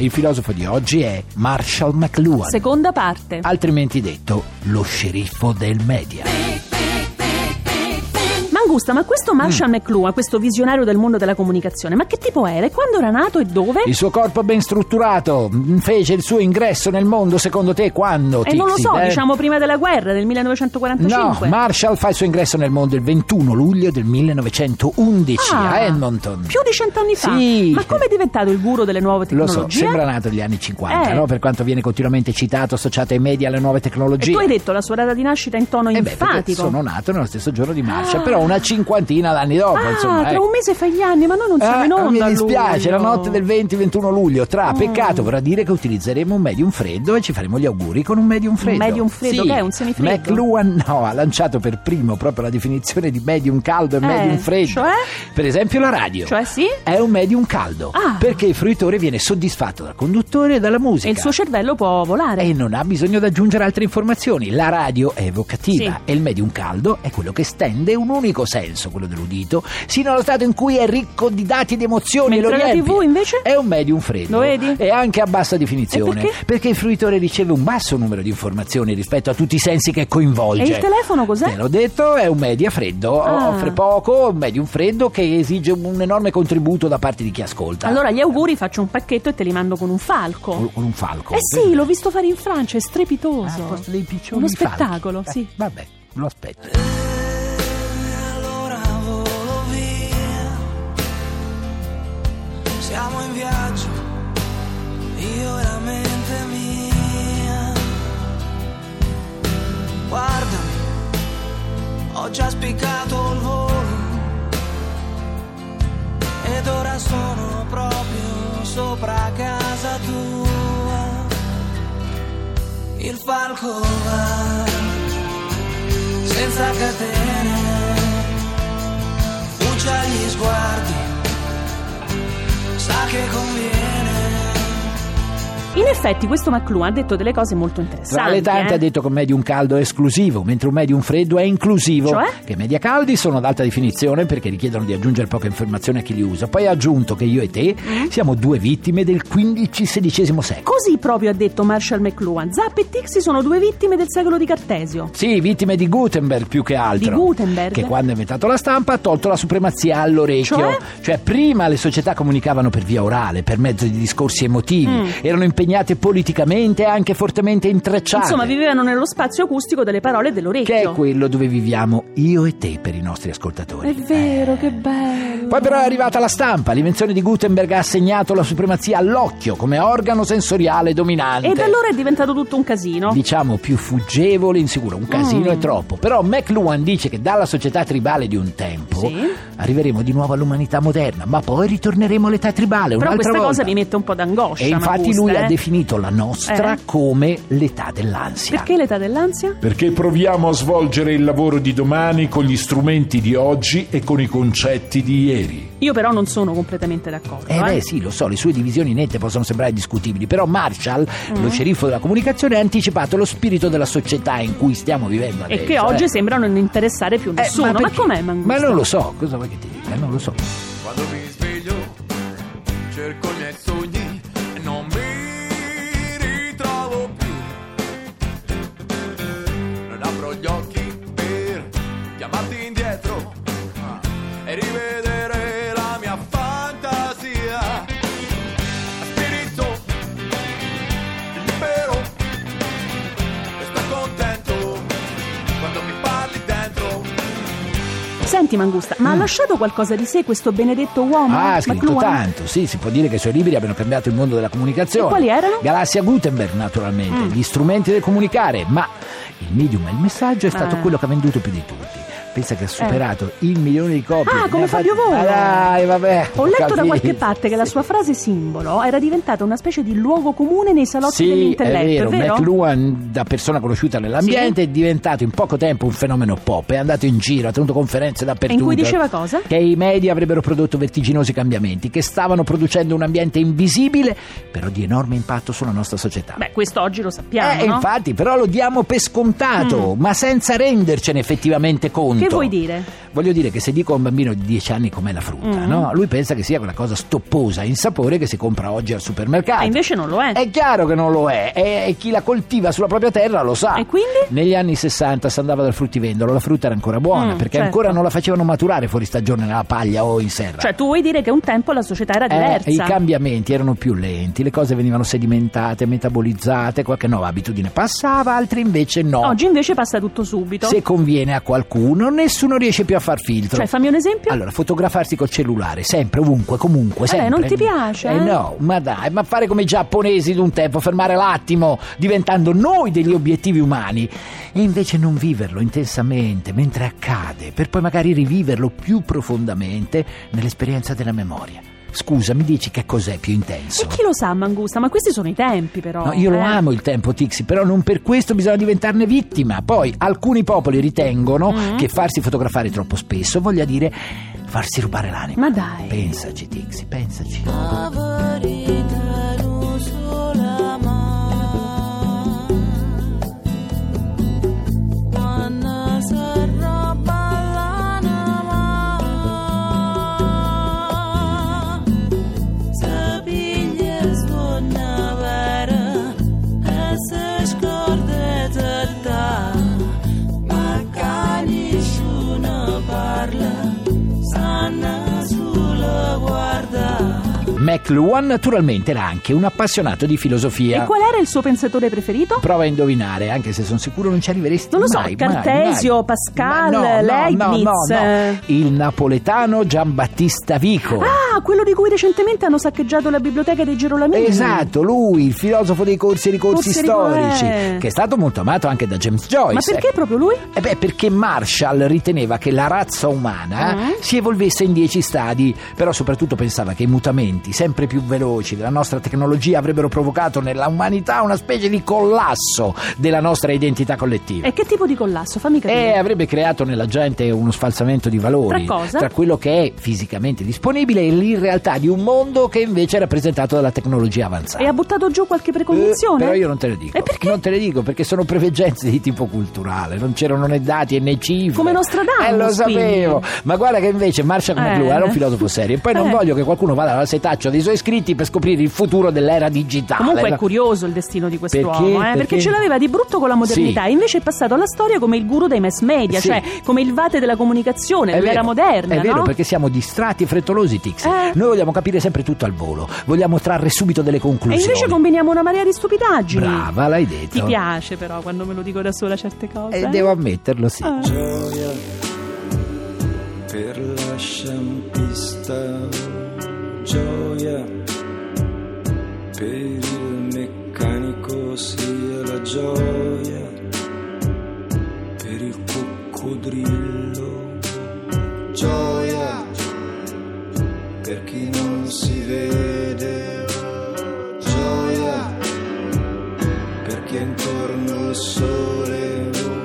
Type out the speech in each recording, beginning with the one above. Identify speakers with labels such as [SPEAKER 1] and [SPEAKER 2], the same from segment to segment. [SPEAKER 1] Il filosofo di oggi è Marshall McLuhan,
[SPEAKER 2] Seconda parte.
[SPEAKER 1] altrimenti detto lo sceriffo del media.
[SPEAKER 2] Mangusta, ma
[SPEAKER 1] Mm.
[SPEAKER 2] questo Marshall McLuhan, questo visionario del mondo della comunicazione, ma che tipo era? E quando era nato e dove?
[SPEAKER 1] Il suo corpo ben strutturato mh, fece il suo ingresso nel mondo, secondo te quando?
[SPEAKER 2] E non lo
[SPEAKER 1] Tixi,
[SPEAKER 2] so,
[SPEAKER 1] eh?
[SPEAKER 2] diciamo prima della guerra, del 1945.
[SPEAKER 1] No, Marshall fa il suo ingresso nel mondo il 21 luglio del 1911
[SPEAKER 2] Ah,
[SPEAKER 1] a Edmonton.
[SPEAKER 2] Più di cent'anni fa.
[SPEAKER 1] eh, Sì.
[SPEAKER 2] Ma come è diventato il guru delle nuove
[SPEAKER 1] Lo
[SPEAKER 2] tecnologie?
[SPEAKER 1] so, sembra nato negli anni 50,
[SPEAKER 2] Eh.
[SPEAKER 1] no? per quanto viene continuamente citato, associato ai media, alle nuove
[SPEAKER 2] E
[SPEAKER 1] tecnologie.
[SPEAKER 2] tu hai detto la sua data di nascita in tono
[SPEAKER 1] Eh beh, perché
[SPEAKER 2] enfatico.
[SPEAKER 1] sono nato nello stesso giorno di Marshall,
[SPEAKER 2] Ah.
[SPEAKER 1] però una cinquantina d'anni dopo,
[SPEAKER 2] ah,
[SPEAKER 1] insomma.
[SPEAKER 2] tra
[SPEAKER 1] eh.
[SPEAKER 2] un mese fa gli anni, ma noi non siamo
[SPEAKER 1] Ah,
[SPEAKER 2] in onda. Ah.
[SPEAKER 1] mi
[SPEAKER 2] a
[SPEAKER 1] dispiace, la
[SPEAKER 2] luglio.
[SPEAKER 1] notte del 20-21 luglio. Tra, peccato, vorrà dire che utilizzeremo un medium freddo e ci faremo gli auguri con un medium freddo.
[SPEAKER 2] medium freddo,
[SPEAKER 1] sì.
[SPEAKER 2] che è un semifreddo?
[SPEAKER 1] McLuhan, no, ha lanciato per primo proprio la definizione di medium caldo e
[SPEAKER 2] Eh,
[SPEAKER 1] medium freddo.
[SPEAKER 2] cioè?
[SPEAKER 1] Per esempio la radio.
[SPEAKER 2] Cioè, sì?
[SPEAKER 1] È un medium caldo
[SPEAKER 2] Ah.
[SPEAKER 1] perché il fruitore viene soddisfatto dal conduttore e dalla musica.
[SPEAKER 2] E il suo cervello può volare.
[SPEAKER 1] E non ha bisogno di aggiungere altre informazioni. La radio è evocativa
[SPEAKER 2] Sì.
[SPEAKER 1] e il medium caldo è quello che stende un unico senso, quello dell'udito, sino allo stato in cui è ricco di dati e di emozioni. e
[SPEAKER 2] Mentre
[SPEAKER 1] lo
[SPEAKER 2] la
[SPEAKER 1] riempie.
[SPEAKER 2] TV invece?
[SPEAKER 1] È un medium freddo.
[SPEAKER 2] Lo vedi?
[SPEAKER 1] E anche a bassa definizione.
[SPEAKER 2] E perché?
[SPEAKER 1] il fruitore riceve un basso numero di informazioni rispetto a tutti i sensi che coinvolge.
[SPEAKER 2] E il telefono cos'è?
[SPEAKER 1] Te l'ho detto, è un media freddo.
[SPEAKER 2] Ah.
[SPEAKER 1] Offre poco, un medium freddo che esige un enorme contributo da parte di chi ascolta.
[SPEAKER 2] Allora gli auguri faccio un pacchetto e te li mando con un falco.
[SPEAKER 1] Con con un falco.
[SPEAKER 2] eh sì, l'ho visto fare in Francia, è strepitoso.
[SPEAKER 1] Ah, al posto dei piccioni
[SPEAKER 2] Uno
[SPEAKER 1] i falchi.
[SPEAKER 2] spettacolo,
[SPEAKER 1] Eh,
[SPEAKER 2] sì.
[SPEAKER 1] vabbè, lo
[SPEAKER 2] Eh,
[SPEAKER 1] aspetto.
[SPEAKER 3] Allora volo via, siamo in viaggio, io e la mente mia. Guardami, ho già spiccato il volo ed ora sono proprio sopra casa tua. Il falco va senza catene brucia gli sguardi, sa che conviene.
[SPEAKER 2] In effetti questo McLuhan ha detto delle cose molto interessanti.
[SPEAKER 1] Tra le tante
[SPEAKER 2] eh.
[SPEAKER 1] ha detto che un medium caldo è esclusivo, mentre un medium freddo è inclusivo.
[SPEAKER 2] Cioè?
[SPEAKER 1] Che i media caldi sono ad alta definizione perché richiedono di aggiungere poca informazione a chi li usa. Poi ha aggiunto che io e te
[SPEAKER 2] Mm?
[SPEAKER 1] siamo due vittime del XV-XVI secolo.
[SPEAKER 2] Così proprio ha detto Marshall McLuhan. Zap e Tixi sono due vittime del secolo di Cartesio.
[SPEAKER 1] Sì, vittime di Gutenberg più che altro.
[SPEAKER 2] Di Gutenberg?
[SPEAKER 1] Che quando ha inventato la stampa ha tolto la supremazia all'orecchio.
[SPEAKER 2] Cioè?
[SPEAKER 1] prima le società comunicavano per via orale, per mezzo di discorsi emotivi,
[SPEAKER 2] Mm.
[SPEAKER 1] erano impegnate politicamente e anche fortemente intrecciate.
[SPEAKER 2] Insomma, vivevano nello spazio acustico delle parole e dell'orecchio.
[SPEAKER 1] che è quello dove viviamo io e te per i nostri ascoltatori. Eh.
[SPEAKER 2] È vero, che bello.
[SPEAKER 1] Poi però è arrivata la stampa, l'invenzione di Gutenberg ha assegnato la supremazia all'occhio come organo sensoriale dominante.
[SPEAKER 2] E da allora è diventato tutto un casino.
[SPEAKER 1] Diciamo più fuggevole, insicuro, un casino
[SPEAKER 2] Mm.
[SPEAKER 1] è troppo. Però McLuhan dice che dalla società tribale di un tempo
[SPEAKER 2] Sì.
[SPEAKER 1] arriveremo di nuovo all'umanità moderna, ma poi ritorneremo all'età tribale
[SPEAKER 2] Però
[SPEAKER 1] un'altra
[SPEAKER 2] questa
[SPEAKER 1] volta.
[SPEAKER 2] cosa mi mette un po' d'angoscia.
[SPEAKER 1] E infatti
[SPEAKER 2] Mangusta,
[SPEAKER 1] lui
[SPEAKER 2] eh.
[SPEAKER 1] ha definito la nostra
[SPEAKER 2] Eh.
[SPEAKER 1] come l'età dell'ansia.
[SPEAKER 2] Perché l'età dell'ansia?
[SPEAKER 4] Perché proviamo a svolgere il lavoro di domani con gli strumenti di oggi e con i concetti di ieri.
[SPEAKER 2] Io però non sono completamente d'accordo.
[SPEAKER 1] Eh
[SPEAKER 2] eh.
[SPEAKER 1] beh sì, lo so, le sue divisioni nette possono sembrare discutibili, però Marshall,
[SPEAKER 2] Mm.
[SPEAKER 1] lo sceriffo della comunicazione, ha anticipato lo spirito della società in cui stiamo vivendo adesso.
[SPEAKER 2] E che
[SPEAKER 1] eh.
[SPEAKER 2] oggi sembra non interessare più
[SPEAKER 1] Eh,
[SPEAKER 2] nessuno. ma,
[SPEAKER 1] perché?
[SPEAKER 2] com'è Mangusta?
[SPEAKER 1] Ma non lo so, cosa vuoi che ti dica? Non lo so. Ah,
[SPEAKER 5] Quando mi sveglio cerco i miei sogni e non mi ritrovo più. Non apro gli occhi per chiamarti indietro ah, e rivedere la mia fantasia. Spirito libero e sto contento quando mi parli dentro.
[SPEAKER 2] Senti Mangusta, ma ha lasciato qualcosa di sé questo benedetto uomo?
[SPEAKER 1] Mm. Ah, ha scritto
[SPEAKER 2] McLuhan?
[SPEAKER 1] tanto, sì, si può dire che i suoi libri abbiano cambiato il mondo della comunicazione.
[SPEAKER 2] E quali erano? Mm.
[SPEAKER 1] Galassia Gutenberg, naturalmente, gli strumenti del comunicare, ma il medium e il messaggio è stato
[SPEAKER 2] Ah. Eh.
[SPEAKER 1] quello che ha venduto più di tutti. pensa che ha superato il milione di copie.
[SPEAKER 2] Ah,
[SPEAKER 1] Ne
[SPEAKER 2] come
[SPEAKER 1] ha fat-
[SPEAKER 2] Fabio Volo.
[SPEAKER 1] Ma dai, vabbè.
[SPEAKER 2] Ho letto da
[SPEAKER 1] capito.
[SPEAKER 2] qualche parte che la sua frase simbolo era diventata una specie di luogo comune nei salotti
[SPEAKER 1] Sì, è
[SPEAKER 2] dell'intelletto, è
[SPEAKER 1] vero,
[SPEAKER 2] vero?
[SPEAKER 1] McLuhan, da persona conosciuta nell'ambiente, è diventato in poco tempo un fenomeno pop, è andato in giro, ha tenuto conferenze dappertutto.
[SPEAKER 2] E in cui diceva cosa?
[SPEAKER 1] Che i media avrebbero prodotto vertiginosi cambiamenti, che stavano producendo un ambiente invisibile, però di enorme impatto sulla nostra società.
[SPEAKER 2] Beh, questo oggi lo sappiamo,
[SPEAKER 1] Eh,
[SPEAKER 2] no? Mm.
[SPEAKER 1] infatti, però lo diamo per scontato, ma senza rendercene effettivamente conto.
[SPEAKER 2] Che vuoi dire?
[SPEAKER 1] Voglio dire che se dico a un bambino di 10 anni com'è la frutta,
[SPEAKER 2] Mm.
[SPEAKER 1] no? Lui pensa che sia quella cosa stopposa, insapore che si compra oggi al supermercato.
[SPEAKER 2] E Eh, invece non lo è.
[SPEAKER 1] È chiaro che non lo è, e, e chi la coltiva sulla propria terra lo sa.
[SPEAKER 2] E quindi?
[SPEAKER 1] Negli anni 60 si andava dal fruttivendolo, la frutta era ancora buona,
[SPEAKER 2] Mm,
[SPEAKER 1] perché
[SPEAKER 2] certo.
[SPEAKER 1] ancora non la facevano maturare fuori stagione nella paglia o in serra.
[SPEAKER 2] Cioè, tu vuoi dire che un tempo la società era
[SPEAKER 1] Eh,
[SPEAKER 2] diversa?
[SPEAKER 1] I cambiamenti erano più lenti, le cose venivano sedimentate, metabolizzate, qualche nuova abitudine passava, altre invece no.
[SPEAKER 2] Oggi invece passa tutto subito.
[SPEAKER 1] Se conviene a qualcuno, nessuno riesce più a far filtro.
[SPEAKER 2] Cioè, fammi un esempio.
[SPEAKER 1] Allora, fotografarsi col cellulare, sempre, ovunque, comunque,
[SPEAKER 2] Vabbè,
[SPEAKER 1] sempre.
[SPEAKER 2] non ti piace,
[SPEAKER 1] Eh,
[SPEAKER 2] eh?
[SPEAKER 1] no, ma dai, ma fare come i giapponesi d'un tempo, fermare l'attimo, diventando noi degli obiettivi umani. E invece non viverlo intensamente, mentre accade, per poi magari riviverlo più profondamente nell'esperienza della memoria. Scusa, mi dici che cos'è più intenso?
[SPEAKER 2] E chi lo sa, Mangusta? Ma questi sono i tempi, però.
[SPEAKER 1] No, io
[SPEAKER 2] eh.
[SPEAKER 1] lo amo il tempo, Tixi, però non per questo bisogna diventarne vittima. Poi alcuni popoli ritengono
[SPEAKER 2] Mm.
[SPEAKER 1] che farsi fotografare troppo spesso voglia dire farsi rubare l'anima.
[SPEAKER 2] Ma dai.
[SPEAKER 1] Pensaci, Tixi, pensaci.
[SPEAKER 3] Avrei caduto la mano quando sarò ballando se piglias con vera e se scordete ta ma ca nessuno parla sana sulla guarda
[SPEAKER 1] McLuhan naturalmente era anche un appassionato di filosofia.
[SPEAKER 2] E qual era il suo pensatore preferito?
[SPEAKER 1] Prova a indovinare, anche se sono sicuro non ci arriveresti
[SPEAKER 2] Non lo so,
[SPEAKER 1] mai, mai,
[SPEAKER 2] Cartesio,
[SPEAKER 1] mai.
[SPEAKER 2] Pascal,
[SPEAKER 1] Ma
[SPEAKER 2] Leibniz. eh.
[SPEAKER 1] Il napoletano Giambattista Vico.
[SPEAKER 2] Ah, quello di cui recentemente hanno saccheggiato la biblioteca dei Gerolamini.
[SPEAKER 1] Esatto, lui, il filosofo dei corsi e ricorsi
[SPEAKER 2] Corsi e
[SPEAKER 1] storici,
[SPEAKER 2] rigore.
[SPEAKER 1] che è stato molto amato anche da James Joyce.
[SPEAKER 2] Ma perché
[SPEAKER 1] Ecco.
[SPEAKER 2] proprio lui?
[SPEAKER 1] Eh beh, perché Marshall riteneva che la razza umana
[SPEAKER 2] Mm.
[SPEAKER 1] si evolvesse in dieci stadi, però soprattutto pensava che i mutamenti sempre più veloci della nostra tecnologia avrebbero provocato nella umanità una specie di collasso della nostra identità collettiva.
[SPEAKER 2] E che tipo di collasso? Fammi
[SPEAKER 1] E
[SPEAKER 2] capire.
[SPEAKER 1] avrebbe creato nella gente uno sfalsamento di valori
[SPEAKER 2] Tra cosa?
[SPEAKER 1] quello che è fisicamente disponibile e l'irrealtà di un mondo che invece è rappresentato dalla tecnologia avanzata.
[SPEAKER 2] E ha buttato giù qualche
[SPEAKER 1] Eh,
[SPEAKER 2] precognizione?
[SPEAKER 1] Però io non te le dico.
[SPEAKER 2] E perché?
[SPEAKER 1] Non te le dico perché sono preveggenze di tipo culturale, non c'erano né dati e né cifre.
[SPEAKER 2] Come Nostradamus,
[SPEAKER 1] Eh, lo
[SPEAKER 2] quindi.
[SPEAKER 1] sapevo. Ma guarda che invece Marshall
[SPEAKER 2] Eh.
[SPEAKER 1] McLuhan era un filosofo serio. E poi non
[SPEAKER 2] Eh.
[SPEAKER 1] voglio che qualcuno vada al setaccio dei suoi iscritti per scoprire il futuro dell'era digitale.
[SPEAKER 2] Comunque è
[SPEAKER 1] No.
[SPEAKER 2] curioso il destino di quest'uomo,
[SPEAKER 1] Perché?
[SPEAKER 2] eh, perché?
[SPEAKER 1] Perché
[SPEAKER 2] ce l'aveva di brutto con la modernità
[SPEAKER 1] Sì.
[SPEAKER 2] e invece è passato alla storia come il guru dei mass media,
[SPEAKER 1] Sì.
[SPEAKER 2] cioè come il vate della comunicazione,
[SPEAKER 1] È
[SPEAKER 2] dell'era
[SPEAKER 1] vero,
[SPEAKER 2] moderna,
[SPEAKER 1] È vero,
[SPEAKER 2] no?
[SPEAKER 1] perché siamo distratti e frettolosi, Tix.
[SPEAKER 2] Eh.
[SPEAKER 1] Noi vogliamo capire sempre tutto al volo, vogliamo trarre subito delle
[SPEAKER 2] E
[SPEAKER 1] conclusioni.
[SPEAKER 2] invece combiniamo una marea di stupidaggini.
[SPEAKER 1] Brava, l'hai detto.
[SPEAKER 2] Ti piace però quando me lo dico da sola certe cose.
[SPEAKER 1] E
[SPEAKER 2] eh?
[SPEAKER 1] devo ammetterlo, sì.
[SPEAKER 2] Eh.
[SPEAKER 6] gioia per la sciampista, gioia per il meccanico, sia la gioia per il coccodrillo, gioia per chi non si vede, gioia per chi è intorno al sole.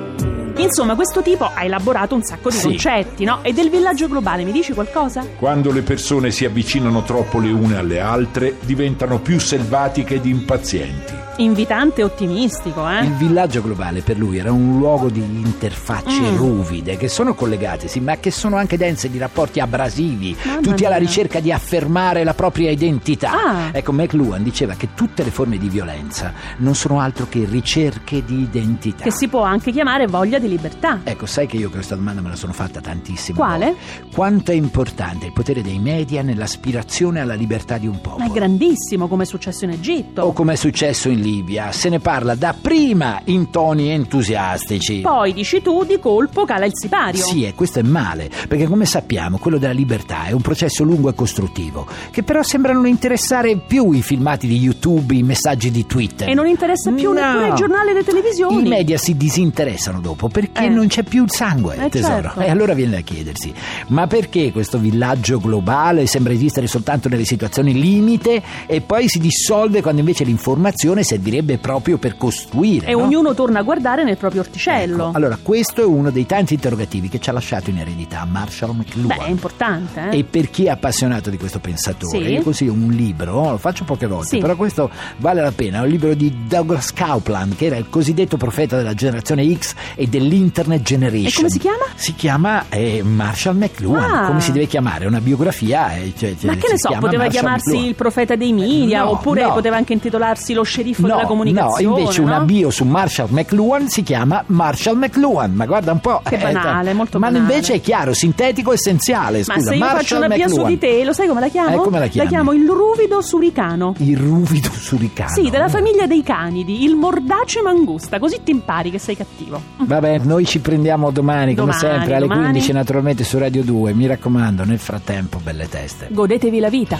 [SPEAKER 2] Insomma, questo tipo ha elaborato un sacco di
[SPEAKER 1] Sì.
[SPEAKER 2] concetti, no? E del villaggio globale, mi dici qualcosa?
[SPEAKER 4] Quando le persone si avvicinano troppo le une alle altre, diventano più selvatiche ed impazienti.
[SPEAKER 2] Invitante e ottimistico, eh?
[SPEAKER 1] Il villaggio globale per lui era un luogo di interfacce
[SPEAKER 2] Mm.
[SPEAKER 1] ruvide che sono collegate, sì, ma che sono anche dense di rapporti abrasivi,
[SPEAKER 2] Mamma
[SPEAKER 1] tutti alla
[SPEAKER 2] mia.
[SPEAKER 1] ricerca di affermare la propria identità.
[SPEAKER 2] Ah.
[SPEAKER 1] Ecco, McLuhan diceva che tutte le forme di violenza non sono altro che ricerche di identità.
[SPEAKER 2] Che si può anche chiamare voglia di libertà.
[SPEAKER 1] Ecco, sai che io questa domanda me la sono fatta tantissimo.
[SPEAKER 2] Quale?
[SPEAKER 1] Quanto è importante il potere dei media nell'aspirazione alla libertà di un
[SPEAKER 2] Ma è
[SPEAKER 1] popolo?
[SPEAKER 2] grandissimo come è successo in Egitto.
[SPEAKER 1] o come è successo in Libia, se ne parla dapprima in toni entusiastici.
[SPEAKER 2] Poi dici tu, di colpo cala il sipario.
[SPEAKER 1] Sì, e questo è male, perché come sappiamo quello della libertà è un processo lungo e costruttivo, che però sembra non interessare più i filmati di YouTube, i messaggi di Twitter.
[SPEAKER 2] E non interessa più
[SPEAKER 1] eh. No.
[SPEAKER 2] neppure il giornale e le televisioni.
[SPEAKER 1] I media si disinteressano dopo per perché
[SPEAKER 2] Eh.
[SPEAKER 1] non c'è più il sangue,
[SPEAKER 2] Eh,
[SPEAKER 1] tesoro.
[SPEAKER 2] certo.
[SPEAKER 1] E allora viene da chiedersi, ma perché questo villaggio globale sembra esistere soltanto nelle situazioni limite e poi si dissolve quando invece l'informazione servirebbe proprio per costruire?
[SPEAKER 2] E
[SPEAKER 1] no?
[SPEAKER 2] ognuno torna a guardare nel proprio orticello.
[SPEAKER 1] Ecco, allora, questo è uno dei tanti interrogativi che ci ha lasciato in eredità Marshall
[SPEAKER 2] Beh, è
[SPEAKER 1] McLuhan.
[SPEAKER 2] importante, eh?
[SPEAKER 1] E per chi è appassionato di questo pensatore,
[SPEAKER 2] Sì.
[SPEAKER 1] io consiglio un libro, lo faccio poche volte,
[SPEAKER 2] Sì.
[SPEAKER 1] però questo vale la pena, è un libro di Douglas Kaupland, che era il cosiddetto profeta della generazione X e dell'Internet Generation.
[SPEAKER 2] E come si chiama?
[SPEAKER 1] Si chiama eh, Marshall McLuhan,
[SPEAKER 2] Ah.
[SPEAKER 1] come si deve chiamare? È Una biografia? eh, cioè,
[SPEAKER 2] Ma
[SPEAKER 1] si
[SPEAKER 2] che ne so,
[SPEAKER 1] chiama
[SPEAKER 2] poteva
[SPEAKER 1] Marshall
[SPEAKER 2] chiamarsi
[SPEAKER 1] McLuhan.
[SPEAKER 2] il profeta dei media,
[SPEAKER 1] No,
[SPEAKER 2] oppure
[SPEAKER 1] no.
[SPEAKER 2] poteva anche intitolarsi lo sceriffo
[SPEAKER 1] No,
[SPEAKER 2] della comunicazione.
[SPEAKER 1] no, invece una
[SPEAKER 2] no?
[SPEAKER 1] bio su Marshall McLuhan si chiama Marshall McLuhan, ma guarda un po'. eh,
[SPEAKER 2] Che banale, molto
[SPEAKER 1] ma
[SPEAKER 2] banale.
[SPEAKER 1] Ma invece è chiaro, sintetico, essenziale. Scusa,
[SPEAKER 2] Ma se io faccio
[SPEAKER 1] Marshall
[SPEAKER 2] una bio su
[SPEAKER 1] McLuhan.
[SPEAKER 2] di te, lo sai come la chiamo?
[SPEAKER 1] Eh, come la chiami? Ah,
[SPEAKER 2] chiamo il ruvido suricano.
[SPEAKER 1] Il ruvido suricano.
[SPEAKER 2] Sì, della famiglia dei canidi, il mordace mangusta, così ti impari che sei cattivo.
[SPEAKER 1] Vabbè, noi ci prendiamo domani, come
[SPEAKER 2] Domani,
[SPEAKER 1] sempre, alle
[SPEAKER 2] domani.
[SPEAKER 1] 15 naturalmente su Radio 2. Mi raccomando, nel frattempo, belle teste.
[SPEAKER 2] Godetevi la vita.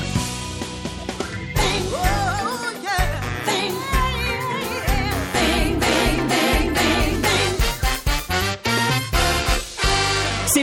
[SPEAKER 2] Se